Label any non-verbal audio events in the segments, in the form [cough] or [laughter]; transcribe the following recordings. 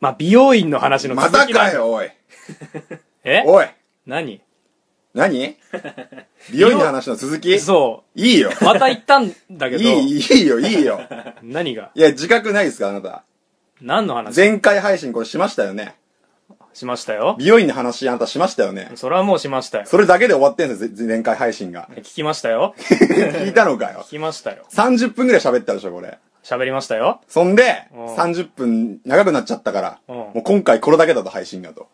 まあ、美容院の話のま続たきだかよ、おい。えおい。何 [laughs] 何美容院の話の続きそいいよ。う。また行ったんだいけど、い、いいよ、いいよ。何がいや、自覚ないですか、あなた。何の話前回配信これしましたよね。しましたよ美容院の話あなたしましたよね。それはもうしましたよ。。それだけで終わってんですよぜ、前回配信が [laughs] 聞きましたよ。聞いたのかよ聞。きましたよ。 30分ぐらい喋ったでしょ、これ。喋りましたよ。そんで、うん30分長くなっちゃったから、うんもう今回これだけだと配信がと。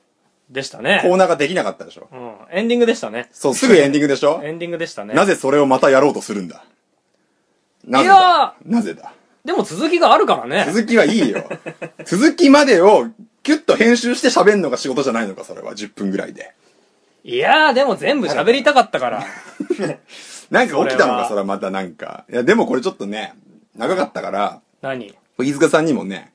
でしたコね。ーナーができなかったでしょ。うん。エンディングでしたね。そう、すぐエンディングでしょエンディングでしたね。なぜそれをまたやろうとするんだなぜいやだなぜだでも続きがあるからね。続きはいいよ。続きまでをキュッと編集して喋るのが仕事じゃないのか、それは。10分ぐらいで。いやー、でも全部喋りたかった [laughs] から。なんか起そきたのか、れはそれはまたなんか。いや、でもこれちょっとね、長かったから、何い飯塚さんにもね、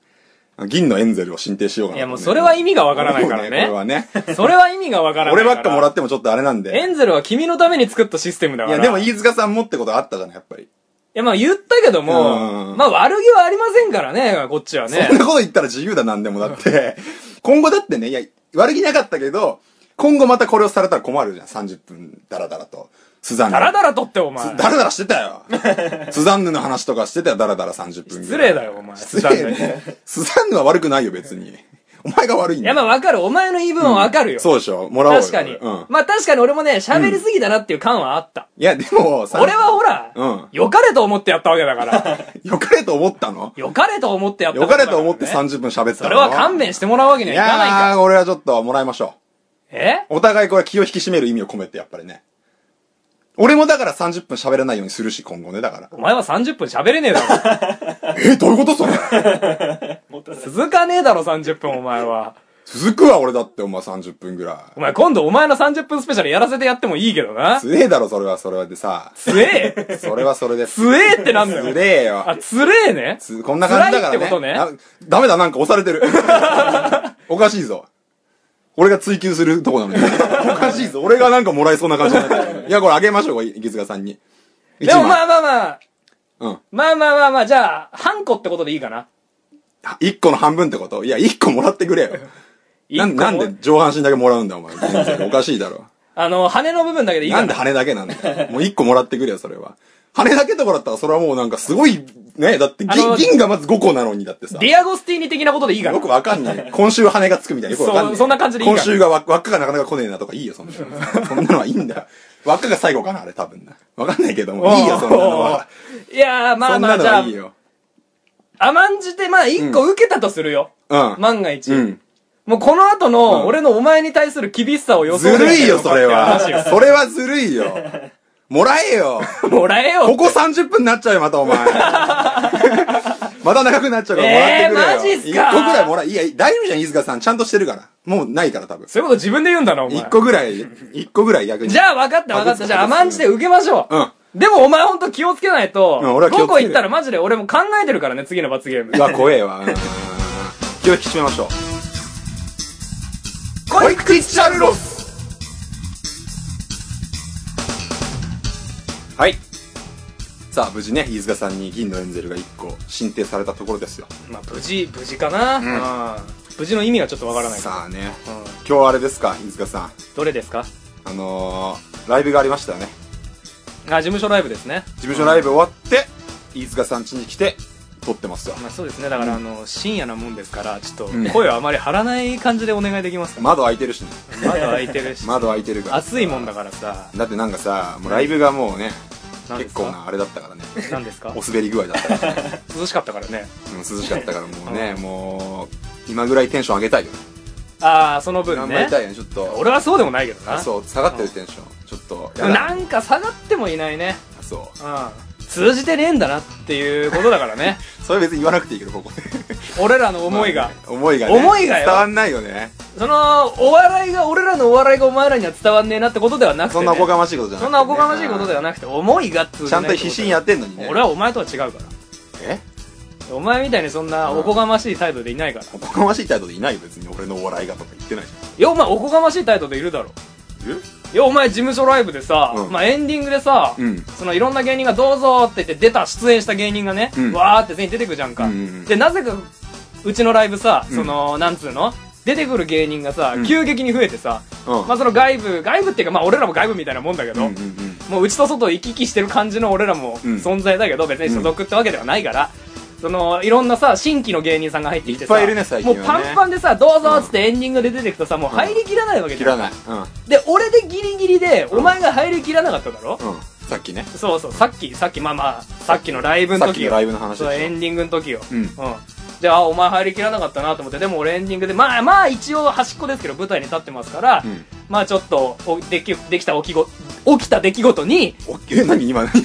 銀のエンゼルを進呈しようかなとや、思もうってそね、れは意味がわからないからもうこれね。はね。それは意味がわからない俺ら。ばっかもらってもちょっとあれなんエで。ンゼルは君のために作ったシステムだいから。や、でもい飯塚さんもってことがあったじゃない、やっぱり。や、まあ言ったけどうも、んまあ悪気はありませんからね、こっちはねそん。なこと言ったら自由だなんでも [laughs] だって、今後だってね、いや、悪気なかったけど、今後またこれをされたら困るじゃん、30分、ダラダラと。スザンヌ。ダラダラとってお前。ダラダラしてた [laughs] よ。スザンヌの話とかしてたよ、ダラダラ30分失ぐらい。礼だよ、お前。失礼ね。 [laughs] スザンヌは悪くないよ、別に。お前が悪いんいだや、よ。まあわかる。お前の言い分はわかるよ。そうでしょもらおうよ。確かに。うん。まあ確かに俺もね、喋りすぎだなっていう感はあった。いや、でも、さ俺はほら、うん良かれと思ってやったわけだ [laughs] から。よかれと思ったの良かれと思ってやったよかれと思ってさ30分喋ってそたのれは勘弁してもらうわけにいはいかないかやー、俺はちょっともらいましょら。えう。お互いこれ気を引き締める意味を込めて、やっぱりね。俺もだから30分喋らないようにするし、今後ね、だから。お前は30分喋れねえだえ、どういうことそれ [laughs] ろ。続かねえだろ、30分お前は。続くわ、俺だって、お前30分ぐらお前今度お前の30分スペシャルやらせてやってもいいけどい。な。つえだろ、それはそれはでさ。つええそれはそ [laughs] れです。つええってなんだつよ。れえよあ、。つれえねつこんな感じだか辛らね。いってことねなダメだ、なんか押され [laughs] てる。おかしいぞ。俺が追求するとこなの [laughs] に。おかしいぞ。俺がなんかもらえそうな感じになってるいや、これあげましょう、これ、池塚さんに。でもまあ、あまあまあ、うん。まあまあまあまあ、じゃあ、半個ってことでいいかな。一個の半分ってこといや、一個もらってくれよ。な一ん個なもんで上半身だけもらうんだよ、お前。全然おかしいだろ。あの、羽の部分だけでいいかなら。んで羽だけなんだよ。もう一個もらってくれよ、それは。羽だけとかだったら、それはもうなんかすごい、ね、だってあ銀の銀がまず5個なのにだってさ。ディアゴスティーニ的なことでいいかよら。くわかん [laughs] ない。今週羽がつくみたいな。よくわかんない。そうそんな感じでいいから今週が輪輪っかがなかなか来ねえなとかいいよ、そんなの。そんなのはいいんだよ。輪っかが最後かな、あれ多分な。わかんないけども。いいよ、そんなのは。いやー、まそあんまなあ、のじゃはあいい、よ。甘んじて、まあ、一個受けたとするよ。うん。万が一。うん。もうこの後の、ん俺のお前に対する厳しさを予想ずるいよ、それは話よ。それはずるいよ。もらえよ。もらえよ。ここ30分になっちゃうよ、またお前。 [laughs] また長くなっちゃうからもらってくれよ。えーマジっすか1個ぐらいもらえ、いや、大丈夫じゃん、飯塚さん。ちゃんとしてるから。もうないから、多分。そういうこと自分で言うんだな、お前1。個ぐらい、1個ぐらい逆に。じゃあ、分かった分かった。じゃあ、甘んじて受けましょう。うんでも、お前ほんと気をつけないと、うん俺は気をつけるどこ行ったらマジで俺も考えてるからね、次の罰ゲームう。わ、怖えわ。うん気を引き締めましょう。こい口チャルロスはい。さあ、無事ね、飯塚さんに銀のエンゼルが1個進呈されたところですよ。まあ、無事、無事かな。うん無事の意味がちょっとわからないから。さあね、うん今日あれですか、飯塚さん。どれですかあのー、ライブがありましたよね。あ、事務所ライブですね。事務所ライブ終わって、飯塚さん家に来て、撮ってますよ。まあそうですね、だからあの、深夜なもんですから、ちょっうんと声をあまり張らない感じでお願いでき [laughs] ますか、窓開いてるしね。窓開いてるし、窓開いてるから。暑いもんだからさ、だってなんかさ、もうライブがもうね、何で結すか構なあれだったからね。 [laughs] 何ですかお滑り具合だったから。 [laughs] 涼しかったからね。うん涼しかったからもうね、もう、今ぐらいテンション上げたいよ。ああ、その分頑張りね。たいよね、ちょっと。俺はそうでもないけどな。そう、下がってるテンション。ちょっと、やだ。なんか下がってもいないね。そうん。通じてねえんだなっていうことだから [laughs] ね。う。それ別に言わなくていいけど、ここで。俺らの思い [laughs] が。思いがね。思いがよ伝わんないよね。その、お笑いが、俺らのお笑いがお前らには伝わんねえなってことではなくて、そね。んなおこがましいことじゃない。そんなおこがましいことでよ。はなくて、思いが通じちゃないんと必死にやってんのにね。俺はお前とは違うから。えお前みたいにそんなおこがましい態度でいないから。おこがましい態度でいないよ、別に。俺のお笑いがとか言ってないじいや、お前おこがましい態度でいるだろ。ゃん。えいや、お前事務所ライブでさ、うんまあエンディングでさ、うんそのいろんな芸人がどうぞって言って出た出演した芸人がね、うんわーって全員出てくじゃんか。うんうんうんで、なぜかうちのライブさ、その、なんつうの出てくる芸人がさ、ん急激に増えてさ、うんまあその外部、外部っていうかまあ俺らも外部みたいなもんだけど、うんうんもううちと外を行き来してる感じの俺らもうん存在だけど、別に所属ってわけではないから、そのいろんなさ新規の芸人さんが入ってきてさいっぱいいるね最近はねもうパンパンでさどうぞっつってエンディングで出てくとさもう入りきらないわけ切じゃらん、ないうんで俺でギリギリでうんお前が入りきらなかっただろ、うんさっきねそうそうさっきさっきまあまあさっきのライブのさっき時のよライブの話でしょそうエンディングの時ようんであお前入りきらなかったなと思ってでも俺エンディングでまあまあ一応端っこですけど舞台に立ってますから、うんまあちょっとおできできた起きご起きた出来事におえ何 [laughs] 今何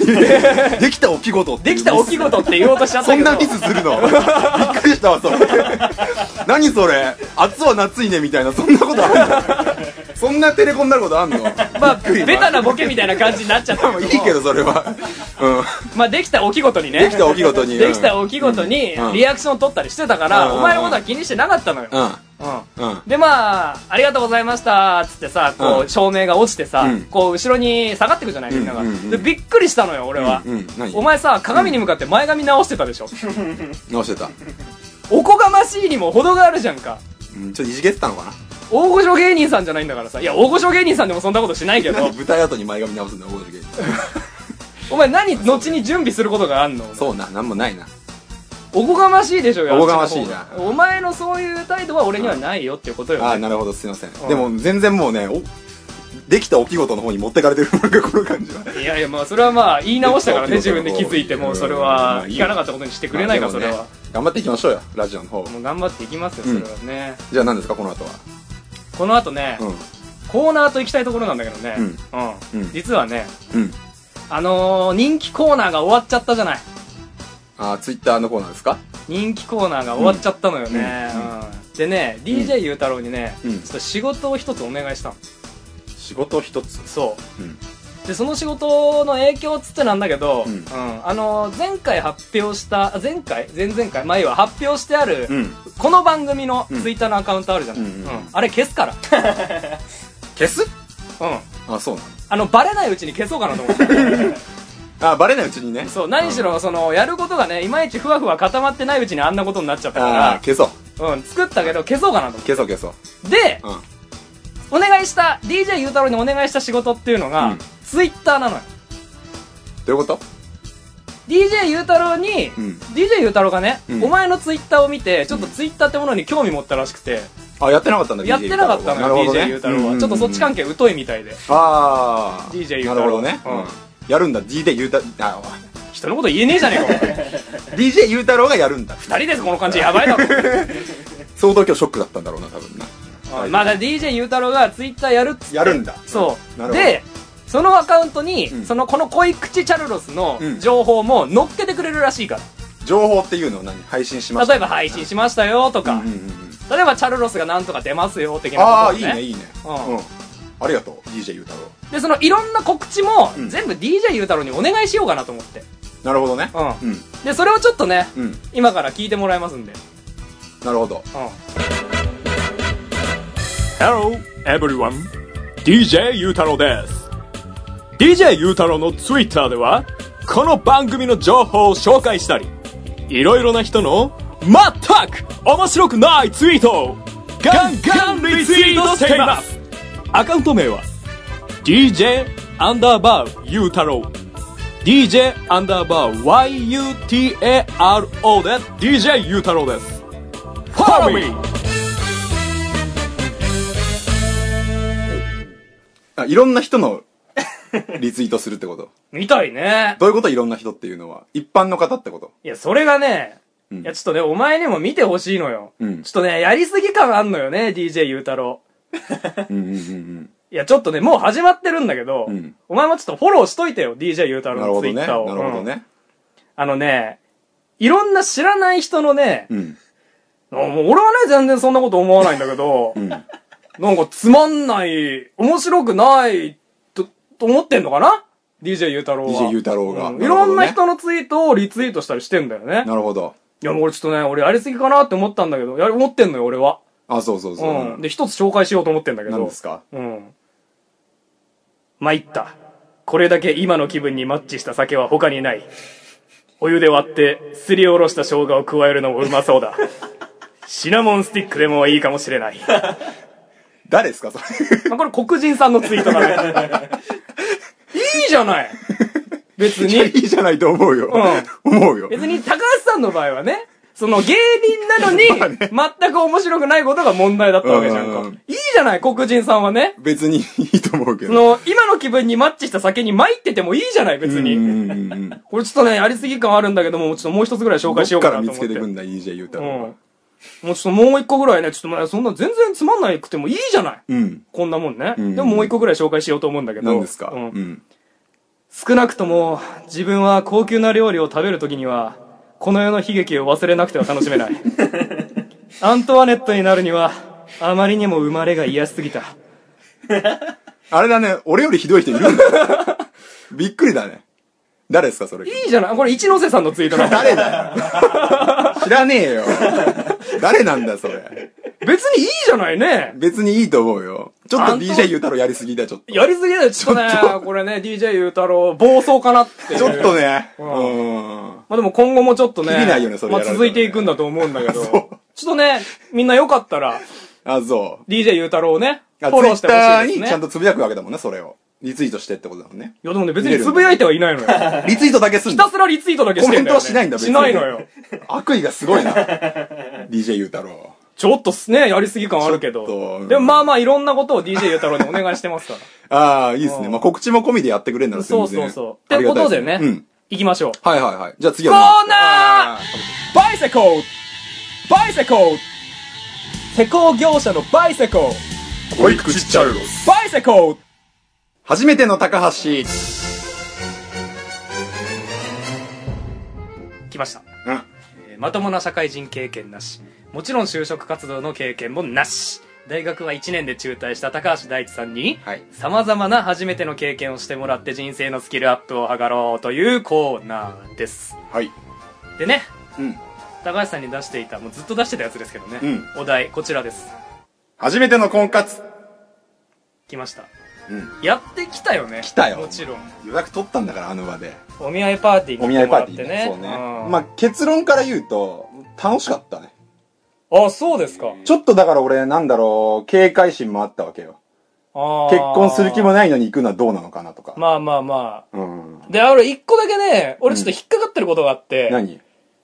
できたおきごとっていでうきた起き事って言おうとしちゃったそけんどなミスするの [laughs] びっくりしたわそれ [laughs] 何それ暑は夏いねみたいなそんなことあるの [laughs] そんなテレコになることあんの [laughs] まあびっくりベタなボケみたいな感じになっちゃったまあいいけどそれはうまあできた起き事にねんできたおきごとにできた起き事にうんリアクションを取ったりしてたから、うんお前のことは気にしてなかったのよ、うんうんうんうんでまあ、ありがとうございましたっつってさ、こう、うん照明が落ちてさ、うんこう、後ろに下がってくじゃないみんなが、うんうんうんで、びっくりしたのよ、俺は。うんうん何お前さ、鏡に向かって前髪直してたでしょ。直してたおこがましいにも程があるじゃんか。うんちょっといじけてたのかな [laughs] 大御所芸人さんじゃないんだからさ。いや、大御所芸人さんでもそんなことしないけど何、舞台後に前髪直すんだ覚えてるけおど前何、後に準備することがあんのそうななんもないなおこがましいでしょよおこがましいなあっちの方がお前のそういう態度は俺にはないよっていうことよ、ああねなるほどすいませんんでも全然もうねおできたおきごとの方に持ってかれてるなんかこの感じはいやいやまあそれはまあ言い直したからねで自きたお分できごとの方気づいてもうそれは聞かなかったことにしてくれないかまあそでれもねは頑張っていきましょうよラジオの方もう頑張っていきますよそれはねじゃあ何ですかこの後はこの後ねうコーナーと行きたいところなんだけどねうんううんん実はねんうんあのー人気コーナーが終わっちゃったじゃないあツイッターのコーナーですか人気コーナーが終わっちゃったのよねうんうんでね DJ ゆうたろうにねうんちょっと仕事を一つお願いしたの仕事一つそううんでその仕事の影響っつってなんだけど、ううんんあの前回発表したあ前回前々回前は発表してある、うんこの番組のうんツイッターのアカウントあるじゃない、ううんんうんうんあれ消すから、 [laughs] 消すうん、あそうなのあのバレないうちに消そうかなと思って [laughs] あバレないうちにねそう何しろそのやることがねいまいちふわふわ固まってないうちにあんなことになっちゃったあか消そうら、うん、作ったけど消そうかなと思消そう消そうってで、うんお願いした DJ ゆうたろうにお願いした仕事っていうのが、うんツイッターなのよどういうこと DJ ゆうたろうに、うん DJ ゆうたろうがね、うんお前のツイッターを見てちょっとツイッターってものに興味持ったらしくて、あやってなかったんだやってなかったのよ DJ ゆうたろうは、ちょっとそっち関係係疎いみたいでああ DJ ゆうなたるほろうどねうんうんやるんだ DJ ゆうたあ人のこと言えねえじゃねえかお前 DJ ゆうたろうがやるんだ二人ですこの感じやばいだろ相当今日ショックだったんだろうな多分なうんまだ DJ ゆうたろうがツイッターやるっつってやるんだそなうるほどでそのアカウントに、うんそのこの恋口チャルロスのうん情報も載っけてくれるらしいか情報っていうのを何配信しまら、した例えば配信しましたよとか、うんうんうん例えばチャルロスがなんとか出ますよ的なああこといいをねいいねうんうんありがとう DJ ゆうたろうでそのいろんな告知もうん全部 DJ ゆうたろうにお願いしようかなと思って、なるほどねううんん、でそれをちょっとねうん今から聞いてもらいますんで、なるほど Hello everyone DJ ゆうたろうです DJ ゆうたろうの Twitter ではこの番組の情報を紹介したりいろいろな人の全く面白くないツイートをガンガンリツイートしていますアカウント名は DJ アンダーバーゆうたろう DJ アンダーバー YUTARO です DJ ゆうたろうです Follow me! あいろんな人の [laughs] リツイートするってことみたいねどういうこといろんな人っていうのは一般の方ってこといやそれがね、んいやちょっとねお前にも見てほしいのよ、うんちょっとねやりすぎ感あんのよね DJ ゆうたろううんうんうんいやちょっとねもう始まってるんだけど、うんお前もちょっとフォローしといてよ DJ ゆうたうんろなうるのほツイッどねなターるをほどうんねあのねいろんな知らない人のね、うんあもう俺はね全然そんなこと思わないんだけど、うんなんかつまんない、面白くない、と、と思ってんのかな ?DJ ゆうたろうは。 DJ ゆうたろうがんなるいほどねろんな人のツイートをリツイートしたりしてんだよね。なるほどいや、もう俺ちょっとね、俺やりすぎかなって思ったんだけど、やり、思ってんのよ、俺は。あそうそうそううん。で、一つ紹介しようと思ってんだけど。何ですかうん。参った。これだけ今の気分にマッチした酒は他にない。お湯で割って、すりおろした生姜を加えるのもうまそうだ。シナモンスティックでもいいかもしれない。誰ですかそれ。まあ、これ黒人さんのツイートだね。いいじゃない別 [laughs] いやに。いいじゃないと思うよ。思うよ。別に高橋さんの場合はね、その芸人なのに、全く面白くないことが問題だったわけじゃんうんうんうかん。いいじゃない黒人さんはね。別にいいと思うけそど。の、今の気分にマッチした酒に参っててもいいじゃない別うんに。うんうんうん。これちょっとね、やりすぎ感あるんだけども、ちょっともう一つぐらい紹ど介っしようかからな見とつ思っけて。てくんだ、DJ 言うたうん。らも。うちょっともう一個ぐらいね、ちょっとまだそんな全然つまんないくてもいいじゃない、うん。こんなもんね、んでももう一個ぐらい紹介しようと思うんだけど。何ですかううんん。少なくとも、自分は高級な料理を食べるときには、この世の悲劇を忘れなくては楽しめない。 [laughs] アントワネットになるには、あまりにも生まれが癒しすぎた。あれだね、俺よりひどい人いるんだよ。 [laughs] びっくりだね。誰ですかそれ。いいじゃないこれ一ノ瀬さんのツイートなんだ。誰だよ。知らねえよ。誰なんだそれ。別にいいじゃないね。別にいいと思うよ。ちょっあとんた DJ 言うたらやりすぎだ、ちょっと。やりすぎだよ、ちょっとね。これね、DJ ゆうたろう、暴走かなっていう。ちょっとね。んうん。まあでも今後もちょっとね、きりないよねそれまやあられたらね続いていくんだと思うんだけど、ちそょうっとね、みんなよかったら、あ、そう。 DJ ゆうたろうをね、フあォローしてほ Twitter しいですにちゃんね。とつぶやくわけだもんね、それを。リツイートしてってことだもんね。いやでもね、別につぶやいてはいないのよ。ひリツイートだけすんのたすらリツイートだけしてんだよ、ね。コメントはしないんだ別しにないのよ。悪意がすごいな。DJ ゆうたろう。ちょっとすね、やりすぎ感あるけちょど。っとでもまあまあいろんなことを DJ ゆうたろうにお願いしてますか [laughs] ああ、いいですね。うんまあ、告知も込みでやってくれるならら。そうそうそう。ってことでね、うん。行きましょう。はいはいはい。じゃあ次コはーナーあバイセコーバイセコー施工業者のバイセコーー保育ちっちゃいよ。バイセコー初めての高橋。来ました。うん。えーまともな社会人経験なしもちろん就職活動の経験もなし大学は1年で中退した高橋大地さんにはいさまざまな初めての経験をしてもらって人生のスキルアップを図ろうというコーナーですはい。でねうん。高橋さんに出していたもうずっと出してたやつですけどね、うお題こちらです初めての婚活。来ましたうん。やってきたよね来たよもちろん予約取ったんだから、あの場で。お見合いパーティーおに見来て合もいパらーっテてィーねそうね。うんまあ、結論から言うと、楽しかったね。あそうですかちょっとだから俺、なんだろう、警戒心もあったわけよ。結結婚する気もないのに行くのはどうなのかなとか。まあまあまあうん。で俺一個だけね俺ちょっと引っかかってることがあって、何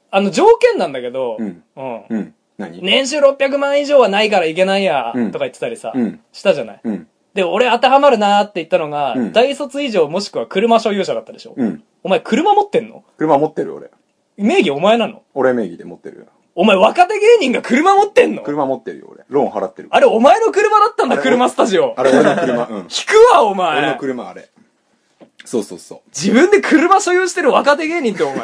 あの、条件なんだけど、うん。うんうん。何年収600万以上はないからいけないや、うんとか言ってたりさ、うんしたじゃない。うん。で、俺当てはまるなーって言ったのが、うん大卒以上もしくは車所有者だったでしょ。うん。お前車持ってんの車持ってる俺。名義お前なの俺名義で持ってるよ。お前若手芸人が車持ってんの車持ってるよ俺。ローン払ってる。あれお前の車だったんだ、あれ車スタジオあ。れ俺の車。うん。引くわ、お俺の前。車あれ。そうそうそ自分で車所有してる若手芸人って [laughs] お前。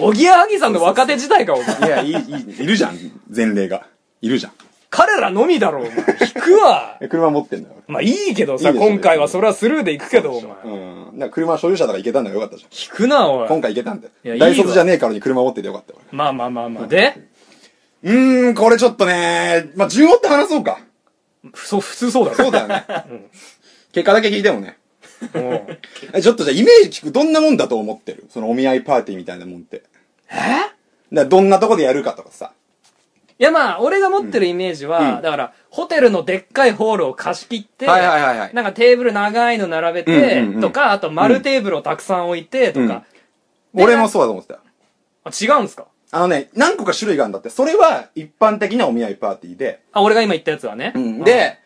おぎやはぎさんの若手時代か、お前。う。いや、いい、いい、いるじゃん。前例が。いるじゃん。彼らのみだろ、お前。引くわ。え車持ってんだよまあいいけどさ、いいでしょ今回はそれはスルーで行くけど、お前。俺。うん。だから車所有者だから行けたんだからよかったじゃん。引くな、おい。今回行けたんでいやい。いわ大卒じゃねえからに車持っててよかった俺。まあまあまあまあ。で、うーん、これちょっとね、まあ、順をって話そうか。ふそ、普通 [laughs] そうだそろ。うだよね。結果だけ聞いてもね。もうえちょっとじゃあイメージ聞くどんなもんだと思ってるそのお見合いパーティーみたいなもんって。えだからどんなとこでやるかとかさ。いやまあ、俺が持ってるイメージは、うんだから、ホテルのでっかいホールを貸し切って、はいはいはいはいなんかテーブル長いの並べて、うんうんうんとか、あと丸テーブルをたくさん置いて、とか、で俺もそうだと思ってた。あ違うんすかあのね、何個か種類があるんだって。それは一般的なお見合いパーティーで。あ、俺が今言ったやつはね。で、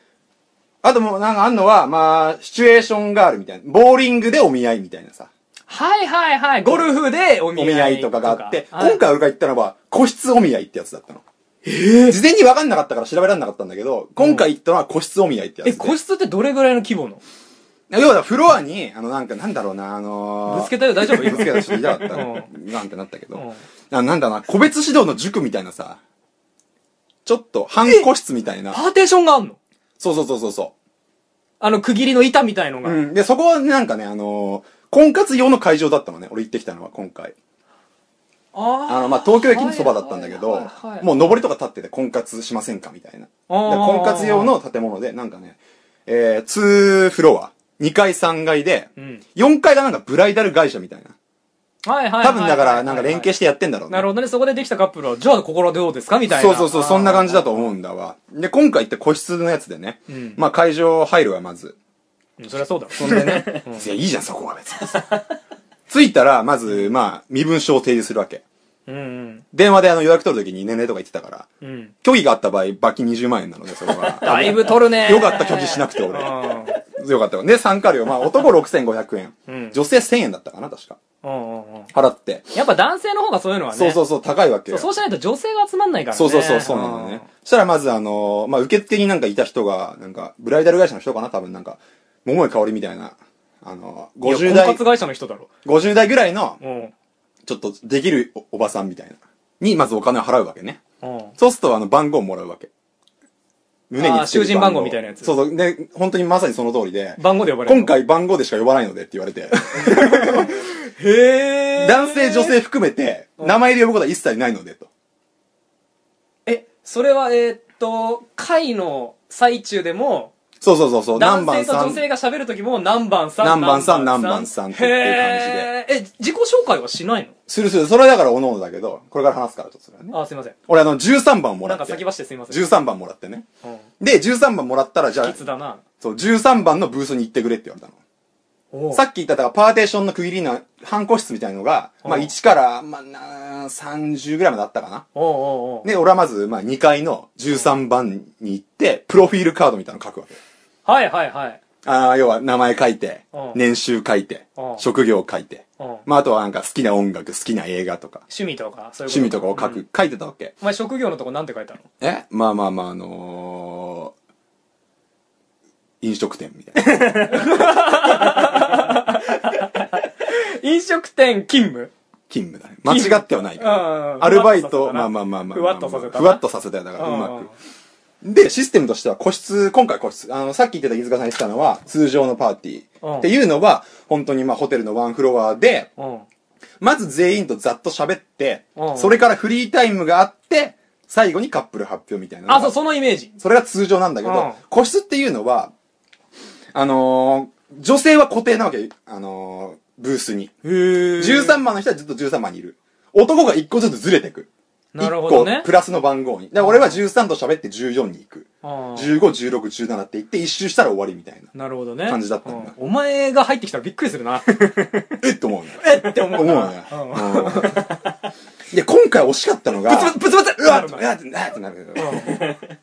あともうなんかあんのは、まあ、シチュエーションがあるみたいな。ボーリングでお見合いみたいなさ。はいはいはい。ゴルフでお見合おい。見合いとかがあって、はい今回俺が言ったのは、個室お見合いってやつだったの。事前に分かんなかったから調べられなかったんだけど、今回言ったのは個室お見合いってやつえ、で。個室ってどれぐらいの規模の要はフロアに、あの、なんか、なんだろうな、あのー、ぶつけたよ大丈夫ぶつけたちょっと痛かった。うなんてなったけうどん。あなんだろうな、個別指導の塾みたいなさ、ちょっと、半個室みたいな。パーテーションがあんのそうそうそうそうそあの、区切りの板みたいのう。が。うん。で、そこはねなんかね、あのー、婚活用の会場だったのね、俺行ってきたのは、今回。あーあの、まあ、東京駅のそばだったんだけはどいはいはいは、いもう上りとか立ってて婚活しませんかみたいな。であー婚活用の建物で、なんかね、えー、2フロア、2階3階でうん、 4階がなんかブライダル会社みたいな。はいはいはいはい。多分だから、なんか連携してやってんだろうねなるほどね。そこでできたカップルは、じゃあここらどうですかみたいな。そうそうそう、そんな感じだと思うんだわ。で、今回って個室のやつでね、まあ会場入るわ、まず。じ。そりゃそうだろ。そんでね、いや、いいじゃん、そこは別に。 [laughs] 着いたら、まず、まあ、身分証を提示するわけ。 [laughs] うんうん。電話であの予約取るときに年齢とか言ってたから、うん。虚偽があった場合、罰金20万円なので、それは。だいぶ取るね。よかった、虚偽しなくて、俺。うん。よかったわ。で、参加料、まあ、男6500円、うん女性1000円だったかな、確か。うんうんうん。払って。やっぱ男性の方がそういうのはね。そうそううそう、高いわけそう。よ。そうしないと女性が集まんないからね。そうそうそう、そうなのね。そしたらまずあのー、まあ、受付になんかいた人が、なんか、ブライダル会社の人かな多分なんか、桃井かおりみたいな、あのー、うん。い50や婚代活、会社の人だろ。 50代ぐらいの、うん。ちょっとできるおおばさんみたいな、にまずお金を払うわけね。うん。そうするとあの、番号をもらうわけ。胸につけあー囚る人番号みたいなやつそうそう。で、本当にまさにその通りで、番号で呼ばれるの今。回番号でしか呼ばないのでって言われて、へえ。男性女性含めて、名前で呼ぶことは一切ないので、と。え、それは、えーっと、会の最中でも、そうそうそうそう、何男番性とさ女ん。性が喋る時も、何番さん、何番さん何番さんっていうへーえ、自己紹介はしないのするする。それはだからおのおのだけど、これから話すからと、それはね。あ、すいません。俺あの、13番もらなんって。か先走ってすいません。 13番もらってね。うん。で、13番もらったら、じゃあい、つだな。そう、13番のブースに行ってくれって言われたの。おうさっき言った、だからパーテーションの区切りの半個室みたいのが、まあうん1から、まあなー、30ぐらいまであったかな。おうおうおうで、俺はまず、まあ2階の13番に行って、プロフィールカードみたいなの書くわけ。はいはいはい。ああ、要は名前書いてうん、年収書いてう、ん職業書いてうん、まああとはなんか好きな音楽、好きな映画とか、趣味とか、そういう趣味とかを書うんく、書いてたわけ。お前職業のとこなんて書いたのえまあまあまああのー、飲食店みたい [laughs] な。飲食店勤務勤務だね。間違ってはないからうんうんアルバイト、ふわまあっとさせたなまあまあまあまあ。ふわっとさせたなふわっとさせたよ、だからううんまく。で、システムとしては個室、今回個室、あの、さっき言ってた飯塚さん言ってたのは、通常のパーティうんー。っていうのは、本当にまあホテルのワンフロアで、うん。まず全員とざっと喋ってう、んそれからフリータイムがあって、最後にカップル発表みたいなのが。あ、そう、そのイメージ。それが通常なんだけど、うん個室っていうのは、あのー女性は固定なわけ、あのーブースに。へー13番の人はずっと13番にいる。男が1個ずつずれてく。なるほどね1個プラスの番号に。だから俺は13と喋って14に行く。15、16、17って行って一周したら終わりみたいな。なるほどね。感じだったんだうんお前が入ってきたらびっくりするな。えっと思うね。えって思思ううな。ね。うんで、今回惜しかったのが、ぶつぶつぶつうわっうわっうわっってなるけど。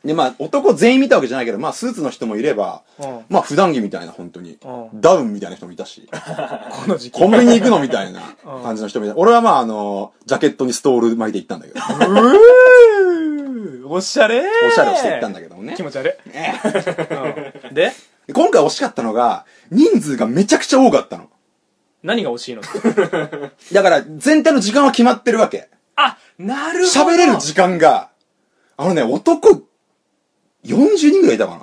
で、まあ、男全員見たわけじゃないけど、まあ、スーツの人もいればうん、まあ、普段着みたいな、本当にう。ダウンみたいな人もいたし、この時期。コンビニ行くのみたいな感じの人もいた。俺はまあ、あの、ジャケットにストール巻いて行ったんだけど、うーおしゃれおしゃれをして行ったんだけどもね気。持ち悪い。うんで、で今回惜しかったのが、人数がめちゃくちゃ多かったの。何が惜しいのだから、全体の時間は決まってるわけ。 [laughs] あ、なるほど。喋れる時間が、あのね、男、40人ぐらいいたかな。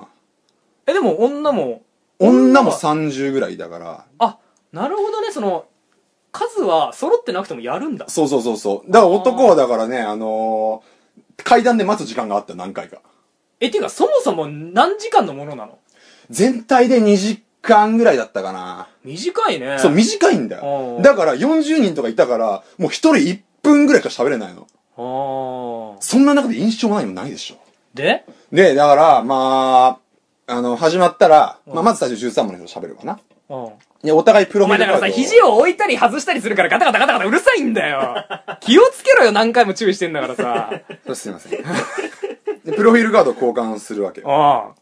え、でも女も、女も30ぐらいだから。あ、なるほどね、その、数は揃ってなくてもやるんだ。そうそうそうそう。だから男はだからね、あのー階段で待つ時間があった何回か。え、ていうか、そもそも何時間のものなの全体で2時間ぐらいだったかな。短いね。そう、短いんだうよん。だから40人とかいたから、もう1人1分ぐらいしか喋れないの。あーそんな中で印象も何もないでしょ。でで、だから、まあ、あの、始まったら、まあ、まず最初13番の人と喋るわな。うん。で、お互いプロおフィー前ルだからさ、肘を置いたり外したりするからガタガタガタガタうるさいんだよ。気をつけろよ、何回も注意してんだからさ。 [laughs] を。すいません。 [laughs] で、プロフィールカード交換するわけよ。あ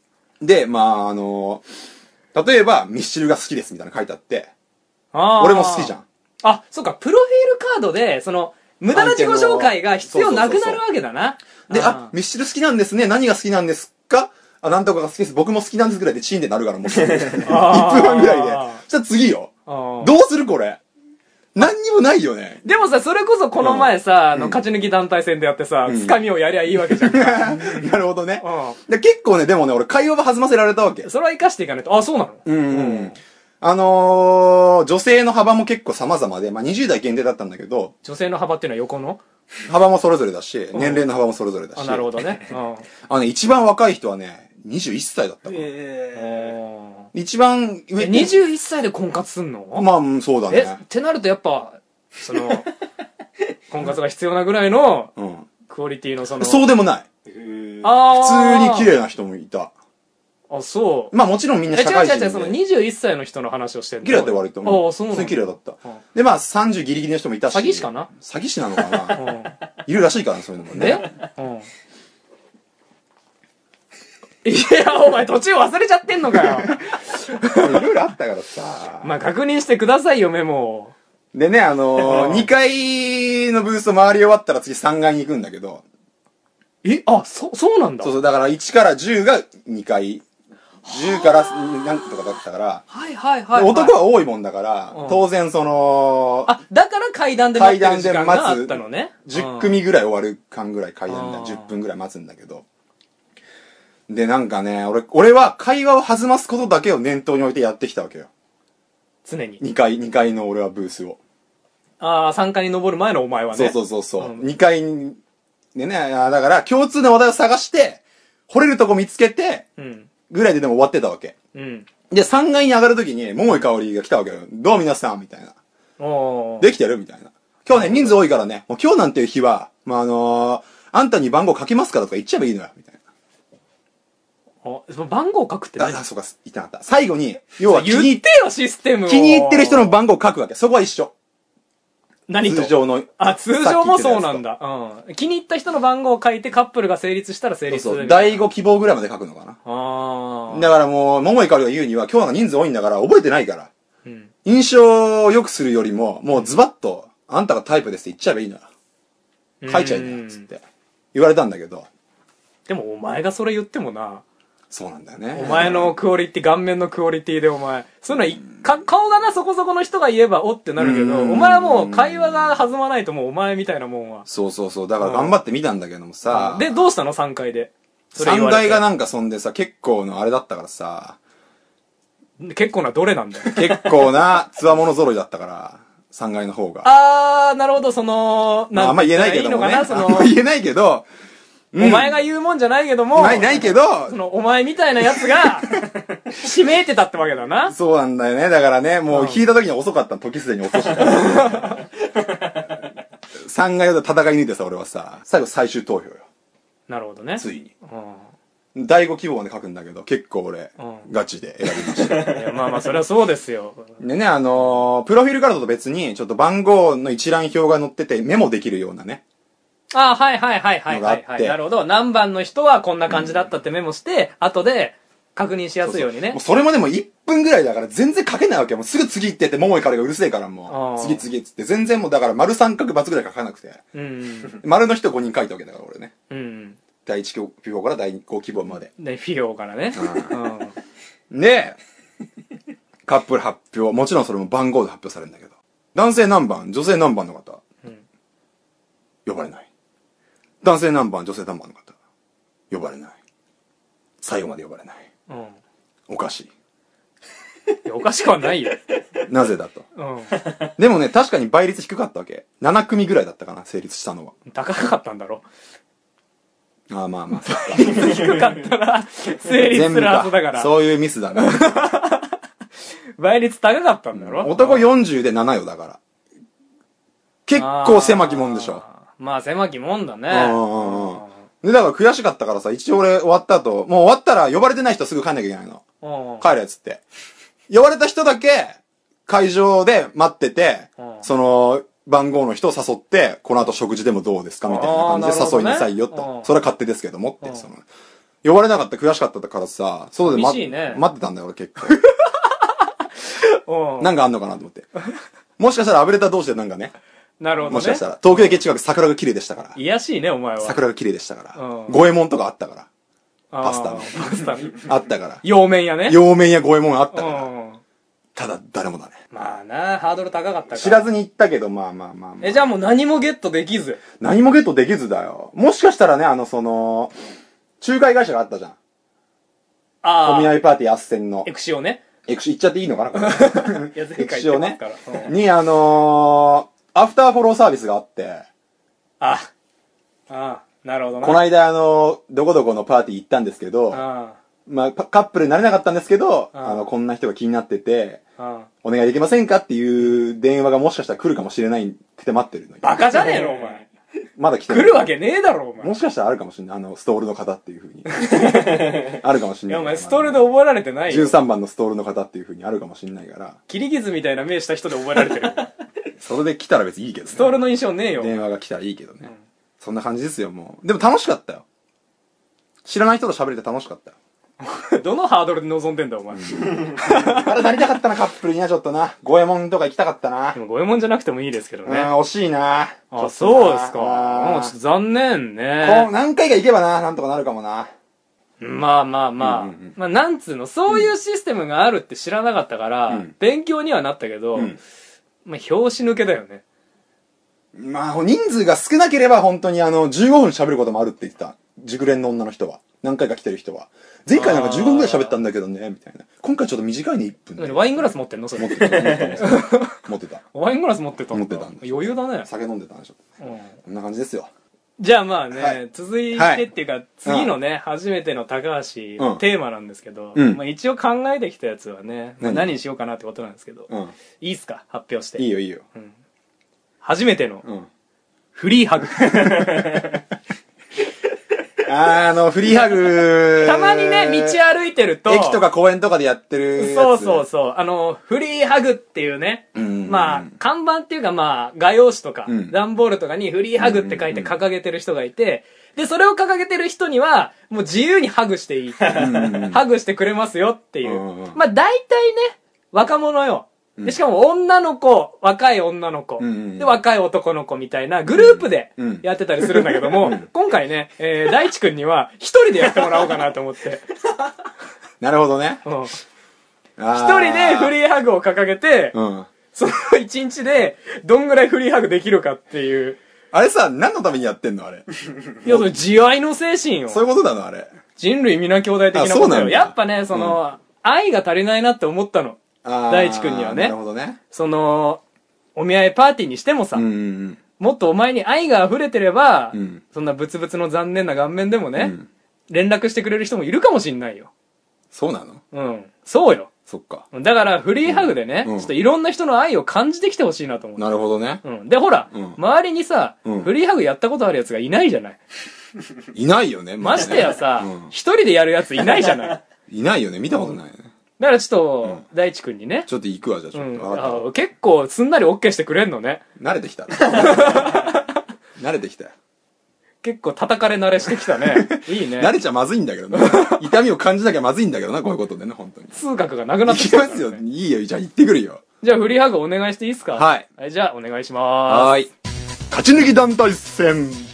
で、まあ、あの例えば、ミッシルが好きですみたいなの書いてあって、あ。俺も好きじゃん。。あ、そうか、プロフィールカードで、その、無駄な自己紹介が必要なくなるわけだな。で、あ、ミッシル好きなんですね。何が好きなんですかあ、なんとかが好きです。僕も好きなんですぐらいでチーンでなる [laughs] から、もう。1分半ぐらいで。そしたら次よ。あどうするこれ。何にもないよね。でもさ、それこそこの前さ、あの、勝ち抜き団体戦でやってさ、掴みをやりゃいいわけじゃんか。なるほどねう。で結構ね、でもね、俺会話は弾ませられたわけ。それは活かしていかないと。あ、そうなのうんうん。あのー、女性の幅も結構様々で、まあ、20代限定だったんだけど、女性の幅っていうのは横の幅もそれぞれだし、年齢の幅もそれぞれだし。あ、なるほど [laughs] ね。うん。あのね、一番若い人はね、21歳だったかなえ一番上21歳で婚活すんのまあ、うんそうだえねっ。てなるとやっぱそ [laughs] の、婚活が必要なぐらいの、うん。クオリティのその、そうでもない。あ普通に綺麗。麗な人もいた。あ、そう。まあもちろんみんなえ、違社う会違人う違う、そので。 21歳の人の話をしてる綺麗だったよ割と。ああ、そうなん普通だに綺麗だったうん。で、まあ30ギリギリの人もいたし。詐欺師かな詐欺師なのかなういるらしいからねそういうのもんね。ねうん。いや、お前途中忘れちゃってんのかよ。 [laughs] いろいろあったからさ。まあ、確認してくださいよ、メモを。でね、あのうんー、2階のブースを回り終わったら次3階に行くんだけど、え、あ、そ、そうなんだ。そうそう、だから1から10が2階、10から何とかだったから、はいはいではい、はい。男は多いもんだから、うん当然その、あ、だから階段で待ってる時間があったのね。 10組ぐらい終わる間ぐらい階段うだん10分ぐらい待つんだけどでなんかね俺俺は会話を弾ますことだけを念頭に置いてやってきたわけよ常に。 2階2階の俺はブースを、ああ、3階に登る前のお前はそね。うそうそうそう、うん2階にでねあーだから共通の話題を探して掘れるとこ見つけてう。うん。ぐらいででも終わってたわけうん。で3階に上がるときに桃井かおりが来たわけよどう皆さんみたいなおー。できてるみたいな。今日ね、人数多いからね、もう今日なんていう日は、まあ、あのーあんたに番号書きますからとか言っちゃえばいいのよ、みたいあその番号書くってな。何あ、あそうか、言ってなかった。最後に、要は気言っに入ってよ、システムを。気に入ってる人の番号書くわけ。そこは一緒。何と通常の。あ、通常もそうなんだ。うん。気に入った人の番号を書いてカップルが成立したら成そう立すそう。るみたい第5希望ぐらいまで書くのかな。な。あだからもう、桃井かおりが言うには、今日なんか人数多いんだから覚えてないから。あ。うん。印象を良くするよりも、もうズバッと、あんたがタイプですって言っちゃえばいいのよ。書いちゃいなよ、つって。言われたんだけど、でもお前がそれ言ってもな、そうなんだよね。お前のクオリティ、顔面のクオリティでお前、そういうのいか、顔がなそこそこの人が言えばおってなるけど、うんお前はもう会話が弾まないともうお前みたいなもんは。そうそうそう。だから頑張ってみたんだけどもさ。で、どうしたの ?3 階で。それ言三われ階てがなんかそんでさ、結構のあれだったからさ、結構などれなんだよ。 [laughs] 結構な強者揃いだったから、三階の方が。あー、なるほど、その、まあ、あんま言えないけどもね。いいのかな、あそんのま、言えないけど、 [laughs] うんお前が言うもんじゃないけども、ない、ないけど、その、お前みたいなやつ [laughs] が、締めてたってわけだな。そうなんだよね。だからね、もう聞いた時には遅かったの時すでに遅しかった。 [laughs] 三階を戦い抜いてさ、俺はさ、最後最終投票よ。なるほどね。ついに。うん。第5希望まで書くんだけど、結構俺、うんガチで選びました。いやまあまあ、そりゃそうですよ。でね、あのープロフィールカードと別に、ちょっと番号の一覧表が載ってて、メモできるようなね。あーはいはいはいはいはい、のがあはっい。てなるほど。何番の人はこんな感じだったってメモして、後で確認しやすいようにねもう。それもでも1分ぐらいだから全然書けないわけよ。もうすぐ次行ってって、桃井からがうるせえからあもう、ー次次っつって、全然もうだから丸三角×ぐらい書かなくて。うん。丸の人5人書いたわけだから俺ね。うん。第1希望から第5希望まで。で、フィオからね。うん。で、カップル発表。もちろんそれも番号で発表されるんだけど。男性何番女性何番の方、うん呼ばれない。男性何番女性何番の方呼ばれない。最後まで呼ばれない。うん。おかしいやおかしくはないよ。い。なぜだと。うでもね、確かに倍率低かったわけ。7組ぐらいだったかな、成立したのは。ん。高かったんだろ。ああ、まあまあ。低かったら、成立全す部るはずだかか。ら。そういうミスだね。倍率高かったんだろ男40で7よだから。結構狭きもんでしょ。あーまあ狭きもんだね。うんうんうんで、だから悔しかったからさ、一応俺終わった後、もう終わったら呼ばれてない人すぐ帰んなきゃいけないの。うんうん帰るやつって。呼ばれた人だけ、会場で待っててう、んその、番号の人を誘って、この後食事でもどうですかみたいな感じあーなるほでど誘ねいなさいようとん。それは勝手ですけどもっうんて、その。呼ばれなかった、悔しかったからさ、外でま寂しいね待ってたんだよ、俺結構。 [laughs] うんなんかあんのかなと思って。もしかしたらあぶれた同士でなんかね、なるほどね。もしかしたら、東京駅近く桜が綺麗でしたから。癒やしいね、お前は。桜が綺麗でしたからうん。五右衛門とかあったから。あーパスタのパスタの。あったから。洋麺やね。洋面や五右衛門あったうから。ん。ただ、誰もだね。まあな、ハードル高かったから。知らずに行ったけど、まあまあまあ、まあえ、じゃあもう何もゲットできず。何もゲットできずだよ。もしかしたらね、あの、その、仲介会社があったじゃん。おあ見あ。合いパーティーあっせんのエ。クシオね。エクシ、行っちゃっていいのかなこれいや、 [laughs] 前エク回シ言をってねますから。うんに、あのー、アフターフォローサービスがあって、あ、ああ、なるほどな。この間、あのー、どこどこのパーティー行ったんですけど、あまあ、パカップルになれなかったんですけど、んあの、こんな人が気になってて、あ、うん。お願いできませんかっていう電話がもしかしたら来るかもしれないって待ってるのに。バカじゃねえの、お前。まだ来てない来るわけねえだろ、お前も。しかしたらあるかもしれない。あの、ストールの方っていうふ [laughs] うに。あるかもしいれない。や、お前、ストールで覚えられてないよ。 13番のストールの方っていうふうにあるかもしれないから、切り傷みたいな目した人で覚えられて [laughs] る。それで来たら別にいいけどね。ストールの印象ねえよ。電話が来たらいいけどね。そんな感じですよ、もう。でも楽しかったよ。知らない人と喋れて楽しかったよ。どのハードルで望んでんだ、お前。あれなりたかったな、カップルにはちょっとな。五右衛門とか行きたかったなで。も、五右衛門じゃなくてもいいですけどうん、ね。惜しいな。あ、そうですか。ももううちょっちょっとと残念な。こうね。何回か行けばな、なんとかなるかもな。まあまあまあ。うんうんうんまあ、なんつうの、そういうシステムがあるって知らなかったから、うん勉強にはなったけど、うんまあ、表紙抜けだよね。まあ、人数が少なければ本当にあの、15分喋ることもあるって言ってた。熟練の女の人は。何回か来てる人は。前回なんか15分くらい喋ったんだけどね、みたいな。今回ちょっと短いね、1分で。ワイングラス持ってんのそ持っれ。てた。 [laughs] 持ってた。ワイングラス持ってたんだ持ってたんだ余裕だね。酒飲んでたんでしょ。うんこんな感じですよ。じゃあまあね、はい続いはいてっていうか、次のね、初めての高橋、うんテーマなんですけど、うんまあ、一応考えてきたやつはね、まあ何何にしようかなってことなんですけど、うん。いいっすか発表して。いいよ、いいよ。初めてのうん。フリー [laughs] ハグ。あーあの、フリーハグ。たまにね、道歩いてると、駅とか公園とかでやってるやつ。そうそうそう、あの、フリーハグっていうね、うんまあ、看板っていうかまあ、画用紙とかう、ん段、ボールとかにフリーハグって書いて掲げてる人がいて、で、それを掲げてる人には、もう自由にハグしていい。うんうんうん。ハグしてくれますよっていううんうん。まあ大体ね、若者よ。うでんしかも女の子、若い女の子、うんうんで、若い男の子みたいなグループでうんやってたりするんだけども、今回ね、えー、大地くんには一人でやってもらおうかなと思って。なるほどね。うん一一人でフー。リーハグを掲げて、うん。その一日でどんぐらいフリーハグできるかっていう。あれさ、何のためにやってんのあれ。いや、その慈愛の精神よ。そういうことなのあれ。人類皆兄弟的なあこそうとなんだよ。やっぱね、その、愛が足りないなって思ったの。あー大地君にはねなるほどね。その、お見合いパーティーにしてもさ、うんうんもっとお前に愛が溢れてれば、うんそんなブツブツの残念な顔面でもうん。うね、ん。連絡してくれる人もいるかもしんないよ。そうなのうん。そうよ。そっか。だから、フリーハグでね、うんうんちょっといろんな人の愛を感じてきてほしいなと思う。なるほどね。うん。で、ほら、うん周りにさ、うんフリーハグやったことあるやつがいないじゃない。いないよね。まだねしてやさうん、一、人でやるやついないじ [laughs] ゃない。だいないよね。見たことないよね。からちょっと、大地くんにね、ちょっと行くわ、じゃあちうょっんと。わかっあ結構すんなり OK してくれんのね。た。慣れてきた。慣れてきたよ。結構叩かれ慣れしてきた [laughs] ね。いいね。慣れちゃまずいんだけどな。痛みを感じなきゃまずいんだけどな、こういうことでね、本当に。通覚がなくなってき行きたかまらね、すよ。いいよ。じゃあ行ってくるよ。じゃあフリーハグお願いしていいですかはい。じゃあお願いしまはーい。勝ち抜き団体戦。す。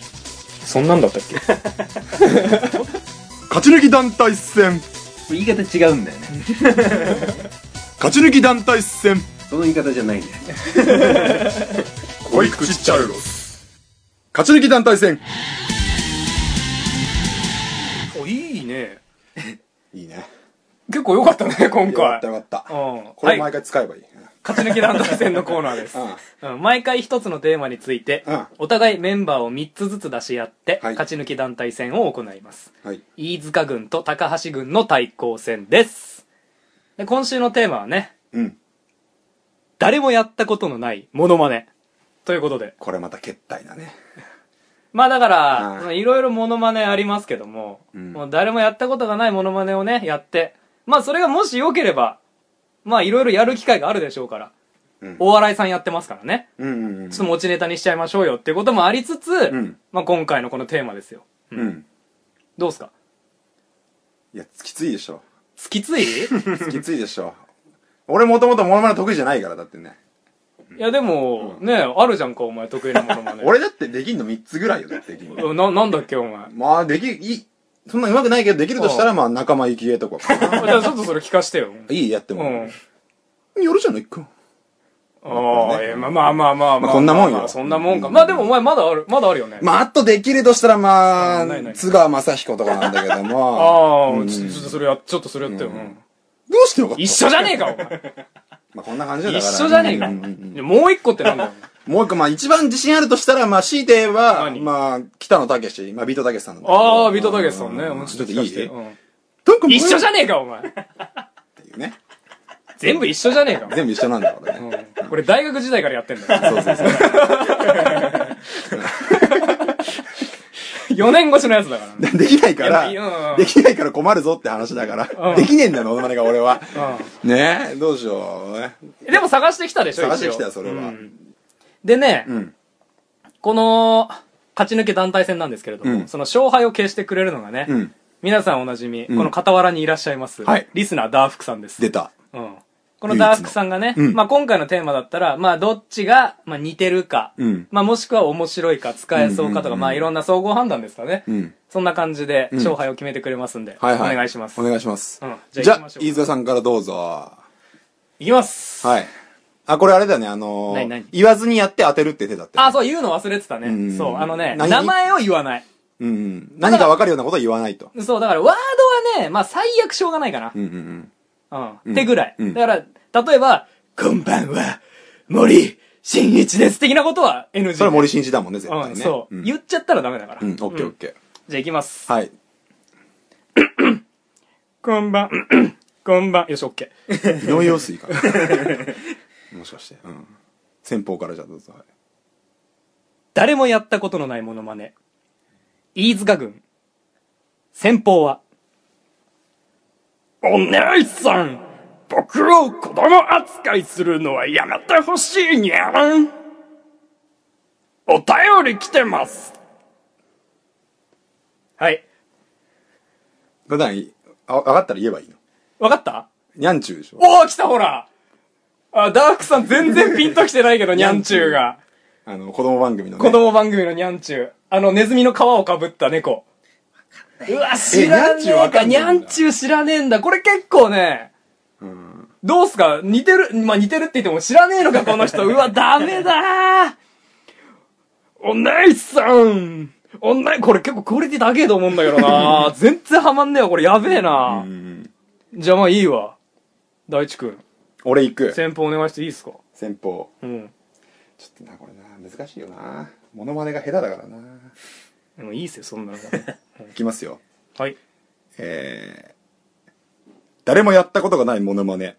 そんなんだったっけ [laughs] 勝ち抜き団体戦。言い方違うんだよね勝ち抜き団体戦。その言い方じゃないんだよねおいくちチャルロス。勝ち抜き団体戦。お、いいね。いいね。結構良かったね、今よ回かった。よかったう。ん。これは毎い、回使えばいい。勝ち抜き団体戦のコーナーです。うん毎回一つのテーマについて、うんお互いメンバーを3つずつ出し合って、はい勝ち抜き団体戦を行います。はい。飯塚軍と高橋軍の対抗戦です。で今週のテーマはね、うん。誰もやったことのないモノマネ。ということで。これまた決体だね。まあだかうら、んまあいろいろモノマネありますけども、うんもう誰もやったことがないモノマネをね、やって、まあそれがもし良ければ、まあいろいろやる機会があるでしょうから、うんお笑いさんやってますからね、うんうんうんちょっと持ちネタにしちゃいましょうよっていうこともありつつ、んまあ今回のこのテーマですよ。うん。どうすかいや、きついでしょ。つき [laughs] ついいきついでしょ。 [laughs] 俺もともとモノマネ得意じゃないから、だってね。やでも、ね、あるじゃんか、お前得意なモノマ [laughs] ネ。俺だってできんの3つぐらいよ、だってできんの。な、なんだっけ、お前。まあ、でき、いい。そんな上手くないけど、できるとしたら、まあ、仲間行きえとかかな。 [laughs] じゃあちょっとそれ聞か [laughs] してよ。いい、やってうもん。。やるじゃないか。ああ、えまあまあまあまあままあ。あこんなもんよまあそんなもんか。まあでもお前まだある、まだあるよね。まあ、あとできるとしたら、まあないなあ、い津川雅彦とかなんだけど [laughs] も。ああ、ちょっとちょっとそれや、ちょっとそれやってよ。うんどうしてよかった一緒じゃねえか、お前。まあ、こんな感じだから。一緒じゃねえか。うんうんうんいやもう一個ってなんだよ。もう一個、まあ、一番自信あるとしたら、まあ、強いて言えば、何まあ、北野武史、まあ、ビートたけしさんなんだけどああ、ビートたけしさんね。うもうちょっと聞いかせていうんどこも一緒じゃねえか、お前。っていうね。全部一緒じゃねえかお前全部一緒なんだからね。俺大学時代からやってん [laughs] だよそうそうそう。 4年越しのやつだからねできないからいやいやうん、できないから困るぞって話だから。できねえんだよ、モノマネが俺は。ねえ、どうしようね。うんでも探してきたでしょ探してき一た応よ、それは。でね、うん。この勝ち抜け団体戦なんですけれども、うんその勝敗を決してくれるのがね、うん。皆さんおなじみ、んこの傍らにいらっしゃいます、はいリスナーダーフクさんです出た。うん、このダーフクさんがね、唯一のうんまあ、今回のテーマだったら、まあ、どっちが、まあ、似てるか、うんまあ、もしくは面白いか使えそうかとか、まあ、いろんな総合判断ですかね、うん。そんな感じで勝敗を決めてくれますんで、はいはい。お願いしますお願いしますうん。じゃあじ行きゃましあょ、う飯塚さんからどうぞ。はいきます、い。あ、これあれだよね、あの何何ー、言わずにやって当てるって手だって。あそう言うの忘れてたね、んそうあのね何名前を言わないうんうん。何か分かるようなことは言わないと。そうだからワードはねまあ最悪しょうがないかなうんうんうん。うん。ってぐらい。うんだから、例えば、こんばんは、森進一です的なことは NG。それは森進一だもんね、絶対うね。ん、そう、ん言っちゃったらダメだから。うん、オッケーオッケじゃあ行きます。ー。はい。こんば [clears throat] ん、こんばん、よし、オッケー。井上陽 [laughs] 水かな。もしかして。うん。先方からじゃあどうぞ。はい誰もやったことのないモノマネ。飯塚軍。先方は、お姉さん僕を子供扱いするのはやめてほしいにゃんお便り来てますはい。これ何あ、分かったら言えばいいの。わかったにゃんちゅうでしょ。おお来たほらあ、ダークさん全然ピンときて [laughs] ないけど、にゃんちゅうが。あの、子供番組のね。子供番組のにゃんちゅう。あの、ネズミの皮をかぶった猫。うわ、知らねえにゃんちゅうえわか。かんにねえんゃだんちゅう知らねえんだ。これ結構ね、どうすか似てる、まあ、似てるって言っても知らねえのか、この人。うわ、ダメだーお姉さんおねこれ結構クオリティ高えと思うんだけど [laughs] な全然ハマんねえわ。これやべえなうんうん。じゃあまあいいわ。大地くん、俺行く。先方お願いしていいですか先方。うん。ちょっとな、これな、難しいよな。モノマネが下手だからな。でもいいっすよ、そんなの。いきますよ。はい。えー、誰もやったことがないモノマネ。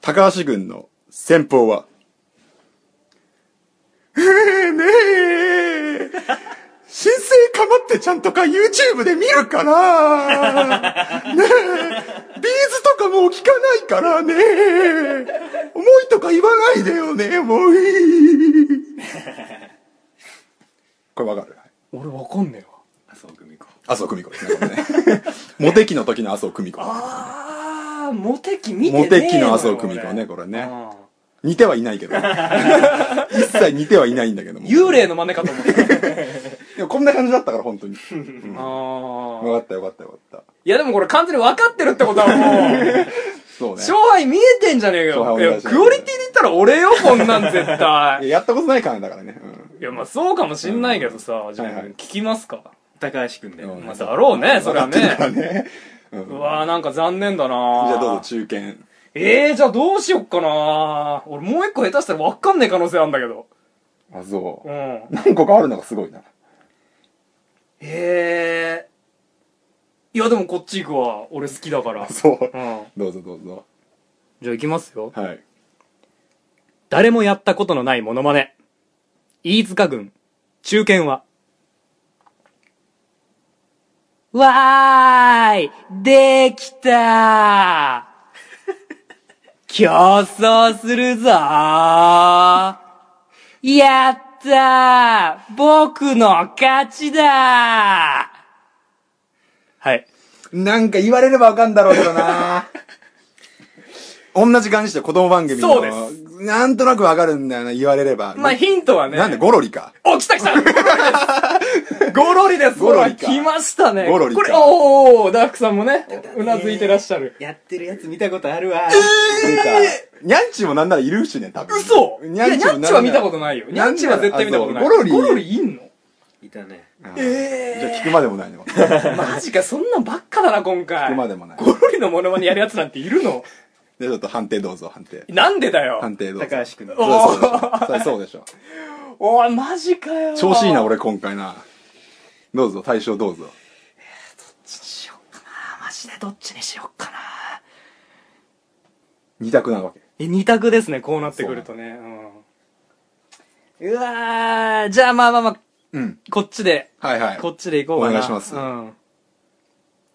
高橋軍の先方は。えーねえ。申請かまってちゃんとか YouTube で見るから。ねえ。ビーズとかもう聞かないからね。思いとか言わないでよね、もう。これわかる俺わかんねえわ。麻生久美子麻生久美子ですね、これね。モテ期の時の麻生久美子。あー、モテキ見てねモえわテ期の麻生久美子ね、これ俺ね。あ似ては [laughs] いないけど。一切似てはいないんだけどーも。幽霊の真似かと思 [laughs] った。でもこんな感じだったから、本当に。あー。よかったよかったよかった。いやでもこれ完全に分かってるってことは [laughs] もう、そうね勝。敗見えてんじゃねえか勝敗よ。いお願いしや、ますクオリティで言ったら俺よ、こんなん絶い対。ややったことないからだからね。いや、まあそうかもしんないけどさ、じゃあはいはい聞きますか。高橋君だよ、うんまあだろうね、それはだからね。ね。うわー、なんか残念だなじゃあどうぞ、中堅。えー、じゃあどうしよっかな俺もう一個下手したら分かんねえ可能性あるんだけど。あ、そうう。ん。何個かあるのがすごいな。へえ。いや、でもこっち行くわ。俺好きだから。そうう。ん。どうぞどうぞ。じゃあ行きますよ。はい。誰もやったことのないモノマネ。飯塚軍、中堅は。わーいできた [laughs] ー競争するぞーやったー僕の勝ちだーはい。なんか言われればわかんだろうけ [laughs] どな同じ感じで子供番組の。そうでなんとなくわかるんだよな、言われれば。まあ、ヒントはね。なんで、ゴロリか。お、来た [laughs] 来たゴロリですゴゴロロリリですかほら来ましたねゴロリかこれ、おーおーダークさんもね、うなずいてらっしゃる。やってるやつ見たことあるわ出た。にゃんちゅうもなんならいるしね、多分。嘘いにゃや、んニちゅャうンチは見たことないよ。ニャンチは絶対見たことない。あそうゴロリゴロリい [laughs] んのいたねじゃあ聞 [laughs] くまでもないね。マジか、そんなんばっかだな、今回。聞くまでもないゴロリのモノマネやるやつなんているので、ちょっと判定どうぞ、判定。なんでだよ。判定どうぞ。高橋君のそうでしょそりゃそうで [laughs] しょ。おい、マジかよ。調子いいな、俺今回な。どうぞ、対象どうぞ。どっちにしよっかなマジでどっちにしよっかな二択なわけ。え二択ですね、こうなってくるとね。うん。うわー、じゃあまあまあまあ、うん。こっちで、はいはい。こっちでいこうかな。お願いしますうん。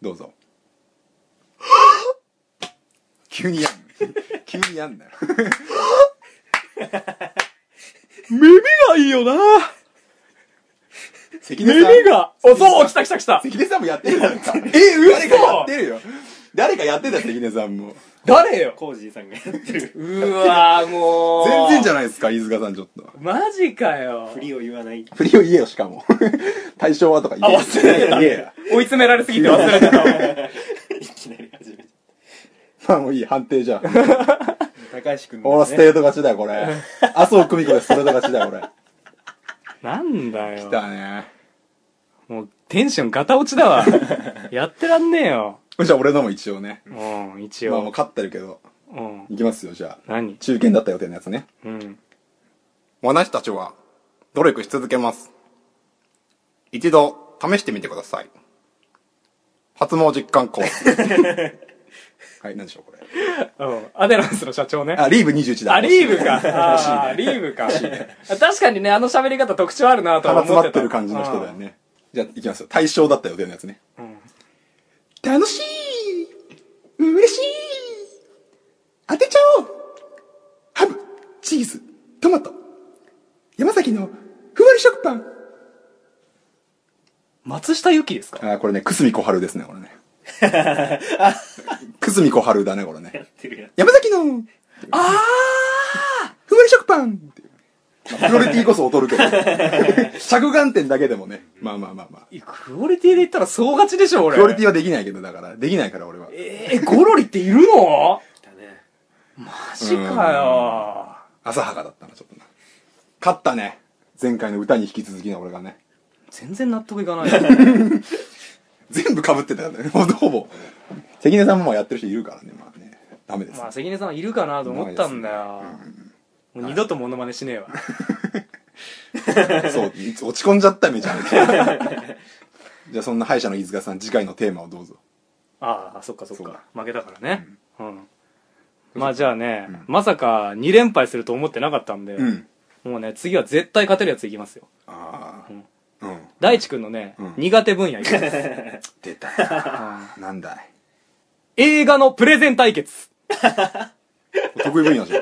どうぞ。 [laughs] 急にやん。 [laughs] 急にやん [laughs] なよ。耳がいいよな関根さん。耳がおそう来た来た来た関根さんもやってるじゃないか。え、誰かやってるよ。誰かやってた関根さんも。誰よコージーさんがやってるうわー、もう。全然じゃん。ないですか、飯塚さんちょっと。マジかよ。振りを言わない振りを言えよ、しかも。 [laughs] 対象はとか言えよ。あ忘れてた言えよ追い詰められすぎて忘れてたわ。いきなり始めちゃっまあもういい、判定じゃん。た高橋君俺のはステート勝ちだよ、これ。麻生久美子でストレート勝ちだよ、これ。なんだよ。だね。もうテンションガタ落ちだわ。やってらんねえよ。じゃあ俺のも一応ね。うん、一まあもう応。勝ってるけど。うん。いきますよ、じゃあ。何中堅だった予定のやつね。うん。私たちは努力し続けます。一度試してみてください。発毛実感コ [laughs] ース。はい、なんでしょう、これ。うん。アデランスの社長ね。あ、リーブ21だ。あ、リーブか。あーリーブか。あ [laughs] 確かにね、あの喋り方特徴あるなとは鼻思って詰た。まってる感じの人だよね。じゃあ、いきますよ。対象だった予定のやつね。ん楽しい嬉しい当てちゃおうハム、チーズ、トマト、山崎のふわり食パン。うん。松下由紀ですかあーこれね、くすみこはるですね、こ [laughs] れね。くすみこはるだね、これね。やってるや山崎の、あふわり食パンっていうまあプロリティこそ劣る [laughs] けど。着眼点だけでもね。まあまあまあまあ。ークオリティで言ったら総勝ちでしょ、俺。プロリティはできないけど、だから。できないから、俺は。えー、ゴロリっているのったねマジか浅はかだったな、ちょっとな。勝ったね。前回の歌に引き続きの俺がね。よ。全然納得いか [laughs] ないよ。全部被ってたよね。 [laughs] ほぼほぼ。関根さんもまあやってる人いるからね、まあね。ダメです。まあ、関根さんいるかなと思ったんだよ。もう二度とモノマネしねえわ。そう、落ち込んじゃっためちゃめちゃ。 [laughs] じゃあそんな歯医者の飯塚さん、次回のテーマをどうぞ。ああ、そっかそっそうだか。負けたからね。うん。まあじゃあね、まさか2連敗すると思ってなかったんで、うん。もうね、次は絶対勝てるやついきますよ。ああ。うん。大地君のね、うん苦手分野いきます出た。 [laughs] なんだい。映画のプレゼン対決。得意分野じゃん。 [laughs]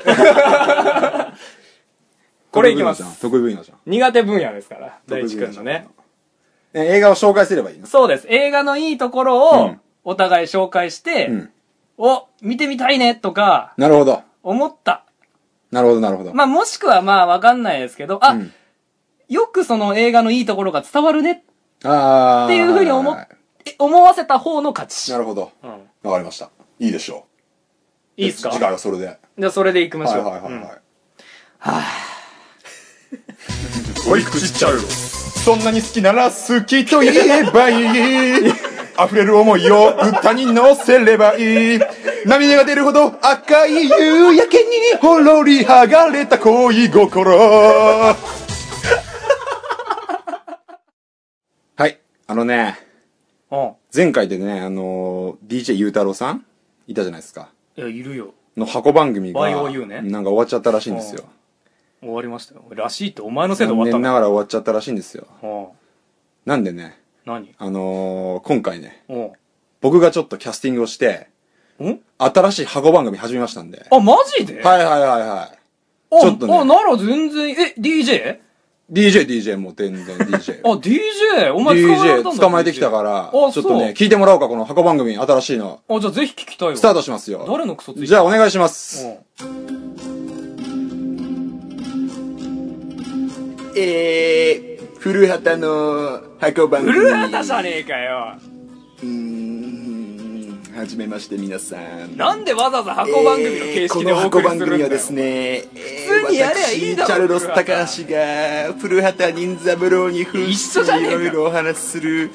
これいきます。得意分野じゃん。苦手分野ですから、得大意分野地じゃん君のね。。え映画を紹介すればいいのそうです。映画のいいところうをん、お互い紹介して、うん。お、見てみたいねとか、なるほど。思った。なるほど、なるほど。まあもしくはまあわかんないですけど、あ、うんよくその映画のいいところが伝わるねああ。っていうふうに思っ、え思わせた方の勝ち。なるほど。うん。わかりました。いいでしょう。いいっすか次回はそれで。はいじゃあそれで行きましょ。はいうはいはい。うんおい口ちゃうよそんなに好きなら好きと言えばいい。 [laughs] 溢れる思いを歌に乗せればいい。涙が出るほど赤い夕焼けにほろり剥がれた恋心。はい。あのね、うん。前回でね、あのー、DJ ゆうたろうさんいたじゃないですか。いや、いるよ。の箱番組が、 YOU ねなんか終わっちゃったらしいんですよ。終わりましたよ。らしいってお前のせいで終残わった念んなだ。がら終わっちゃったらしいんですよ。うん。なんでね、何あのー、今回ね、うん。僕がちょっとキャスティングをして、うん新しい箱番組始めましたんで。あ、マジでい。はいはいはいはい。あ、ちょっとねあ、なら全然、え、DJ? DJ、DJ もう全然 DJ [laughs] あ、。DJ? お前捕まえられたん DJ だ捕まえてきたから、ちょあ、っとそうね、聞いてもらおうか、この箱番組、新しいの。あ、じゃあぜひ聞きたいわ。スタートしますよ。誰のクソついてるじゃあお願いします。えー、古畑の箱番古畑じゃねえかよ。はじめまして皆さん。なんでわざわざ箱番組の形式でお送りするんだよ。ね、普通にやりゃいいだろ私チャルロス高橋が古畑任三郎に扮一緒じゃねえかいろいろお話する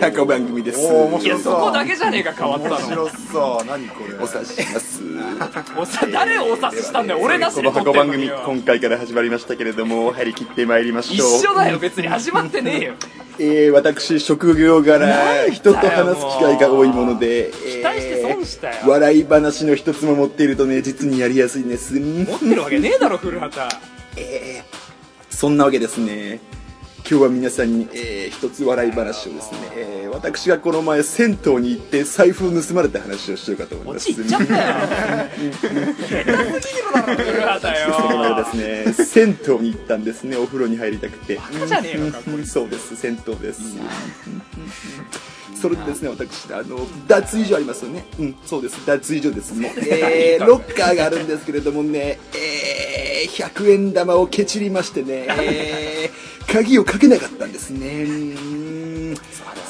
箱番組です面いや、白そそうこだけじゃねえか、変わった面の。白そう何これお察ししますおさ、誰をお察ししたんだよ。俺なしこでの撮ってん箱の番に組よ今回から始まりましたけれども張り切ってまいりまし一ょう緒だよ、別に始まってねえよ。えー、私職業なんだよ柄人と話す機会が多いもので、え期待して損したよ笑い話の一つも持っているとね実にやりやすいんです持ってるわけねえだろ古畑そんなわけですね今日は皆さんに、えー一つ笑い話をですね、えー私がこの前銭湯に行って財布を盗まれた話をしようかと思いま落すちいっちゃったよ古畑 [laughs] よ [laughs] その前ですね銭湯に行ったんですねお風呂に入りたくてカじゃねえのかうんそうです銭湯ですそれでですね私あの脱衣所ありますよねうんそうです脱衣所ですね、えーロッカーがあるんですけれどもねえー100円玉をけちりましてね、えー鍵をかけなかったんですねうん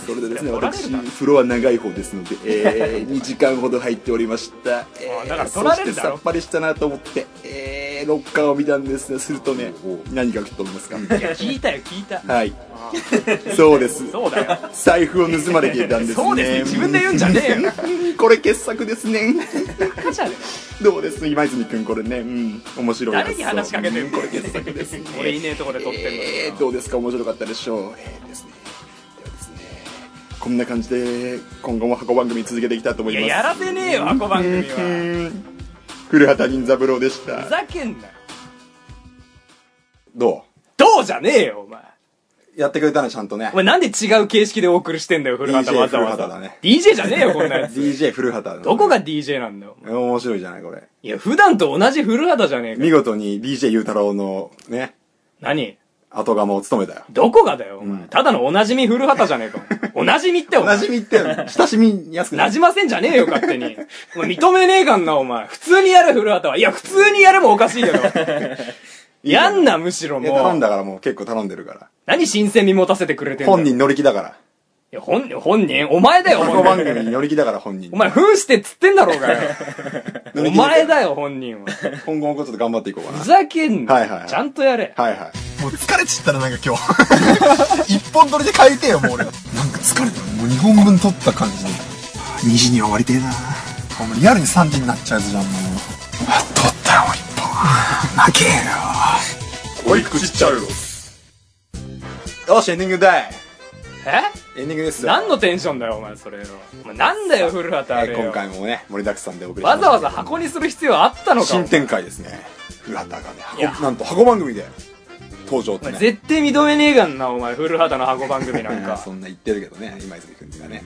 それでですね取られる私だろ風呂は長い方ですので、え2 [laughs] 時間ほど入っておりました、えーだから取られるそしてださろっぱりしたなと思って、えーロッカーを見たんですがするとね何が来ると思いますかいや聞いたよ聞いたはいそうですそう [laughs] だよ財布を盗まれていたんですねそうですね自分で言うんじゃねえようんこれ傑作ですねカじゃねどうです今泉君これねうん面白い誰に話しかけてんのこれ傑作ですねえ俺いねえとこで撮ってんのにえーどうですか面白かったでしょうえーですねではですねこんな感じで今後も箱番組続けていきたいと思いいまやすやらせねえよ箱番組うはん [laughs] 古畑任三郎でしふたざけんなよどどうじゃねえよお前うやってくれたね、ちゃんとねお。前なんで違う形式でお送りしてんだよ古畑 DJ わざわ古畑だざね DJ じゃねえよこん [laughs] なやつ DJ 古畑のどこが DJ なんだよお前面白いじゃない、これ。いや普段と同じ古畑じゃねえか見事に DJ ゆうたろうのね、何後釜を務めたよ。どこがだよ、お前ただのおなじみ古畑じゃねえか。 [laughs] おなじみってお馴前。染みって、 [laughs] 親しみやすくななじる。ませんじゃねえよ、勝手に。お前認めねえかんな、お前。普通にやれ、古畑は。いや、普通にやれもおかしいけ [laughs] ど。やんな、むしろいや頼もんう。だからもう結構頼んでるから。何新鮮味持たせてくれてんだよ本。人乗り気だから。いや、本人、本人お前だよ、この番本人。組に乗り気だから本人お。前、扮してっつってんだろうがよ。お前だよ、本人 [laughs] は。今後もちょっと頑張っていこうかなふ。ざけんな。はいはいはいちゃんとやれ。はいはい。もう疲れちったらなんか今日 [laughs] 一本撮りで帰りてえよもう俺なんか疲れたもう2本分撮った感じで2時には終わりてえなあもうリアルに3時になっちゃうやつじゃんもうあ撮ったよもう1本泣けえよおいくちっちゃうよよし、エンディングだいえエンディングですよ。何のテンションだよ、お前、それの。お前なんだよ、古畑あはいれよ。今回もね、盛りだくさんでお送りしまわしたざわざ箱にする必要あったのかお新前展開ですね。古畑がね、いや箱なんと箱番組で登場っおて前ね。絶対認めねえがんなお前古畑の箱番組なんうんか [laughs] そんな言ってるけどね、今泉くんがね。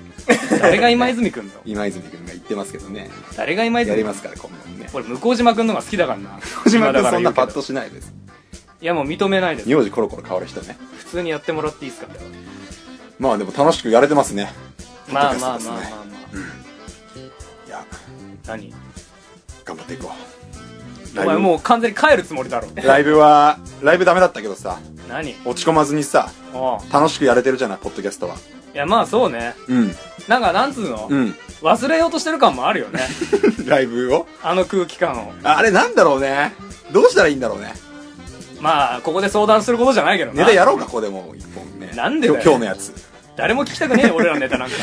誰が今泉くんだ今泉くんが言ってますけどね。誰が今やり泉くまんすから、今後もね。俺向島くんのが好きだからな向小島くんそんなパッとしないです。いやもう認めないです名字コロコロ変わる人ね。普通にやってもらっていいですかまあでも楽しくやれてますね。まあポまッドあまあキまあャストですねまあ、いや、何頑張っていこう。お前もう完全に帰るつもりだろライブは、ライブダメだったけどさ、何落ち込まずにさ、おう楽しくやれてるじゃない、ポッドキャストは。いやまあそうねうん。なんかなんつうの、うん。 [laughs] 忘れようとしてる感もあるよねライブをあの空気感をあれなんだろうね。どうしたらいいんだろうね。まあここで相談することじゃないけどネなタやろうか、ここでもう一本ね。なんでだよ今日今日のやつ。誰も聞きたくねえよ俺らのネタ [laughs] なんか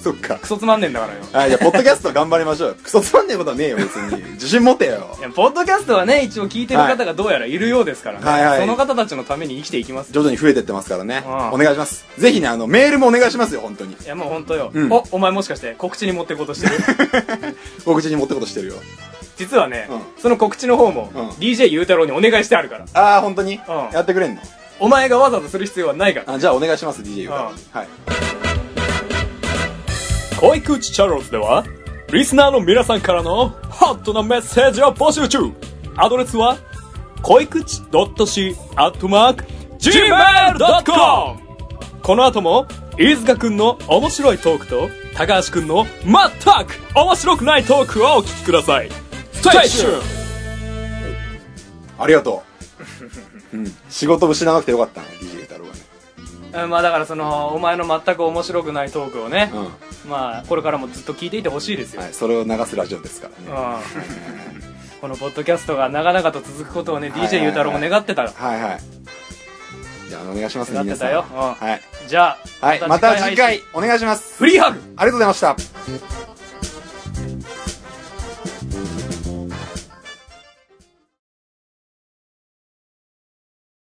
そっかク。ソつまんねえんだからよはい、じゃあ、ポッドキャスト頑張りましょうよ。クソつまんねえことはねえよ、別に。自信持てよい。やポッドキャストはね一応聞いてる方がどうやらいるようですからね、はいはいその方たちのために生きていきますよ徐々に増えてってますからね。うんお願いします。ぜひね、あの、メールもお願いしますよ、本当に。いやもう本当よ、うんおお前もしかして告知に持ってこうとして [laughs] る告知に持ってことしてるよ。実はね、うその告知の方も、うん DJ ゆうたろうにお願いしてあるからあー、本当に、んやってくれんのお前がわざわざする必要はないからあじゃあ、お願いします、DJ ゆうたろううんはい。恋口チャロルズではリスナーの皆さんからのホットなメッセージを募集中アドレスは恋口 .c.gmail.com この後も飯塚くんの面白いトークと高橋くんの全く面白くないトークをお聞きください Stay tuned! ありがとう。 [laughs] うん。仕事失わなくてよかったね、DJ ゆうたろうがね。うんまあだからそのお前の全く面白くないトークをね、うまあこれからもずっと聞いていてほしいですよ、ん。はい、それを流すラジオですからね。うん、このポッドキャストが長々と続くことをねはいはい DJ ゆうたろうも願ってた、はいはい。じゃあ、お願いします、なっ皆てさん。たようんはい。じゃあ、はい、また次配信回お願いします。フリーハグありがとうございまし「た。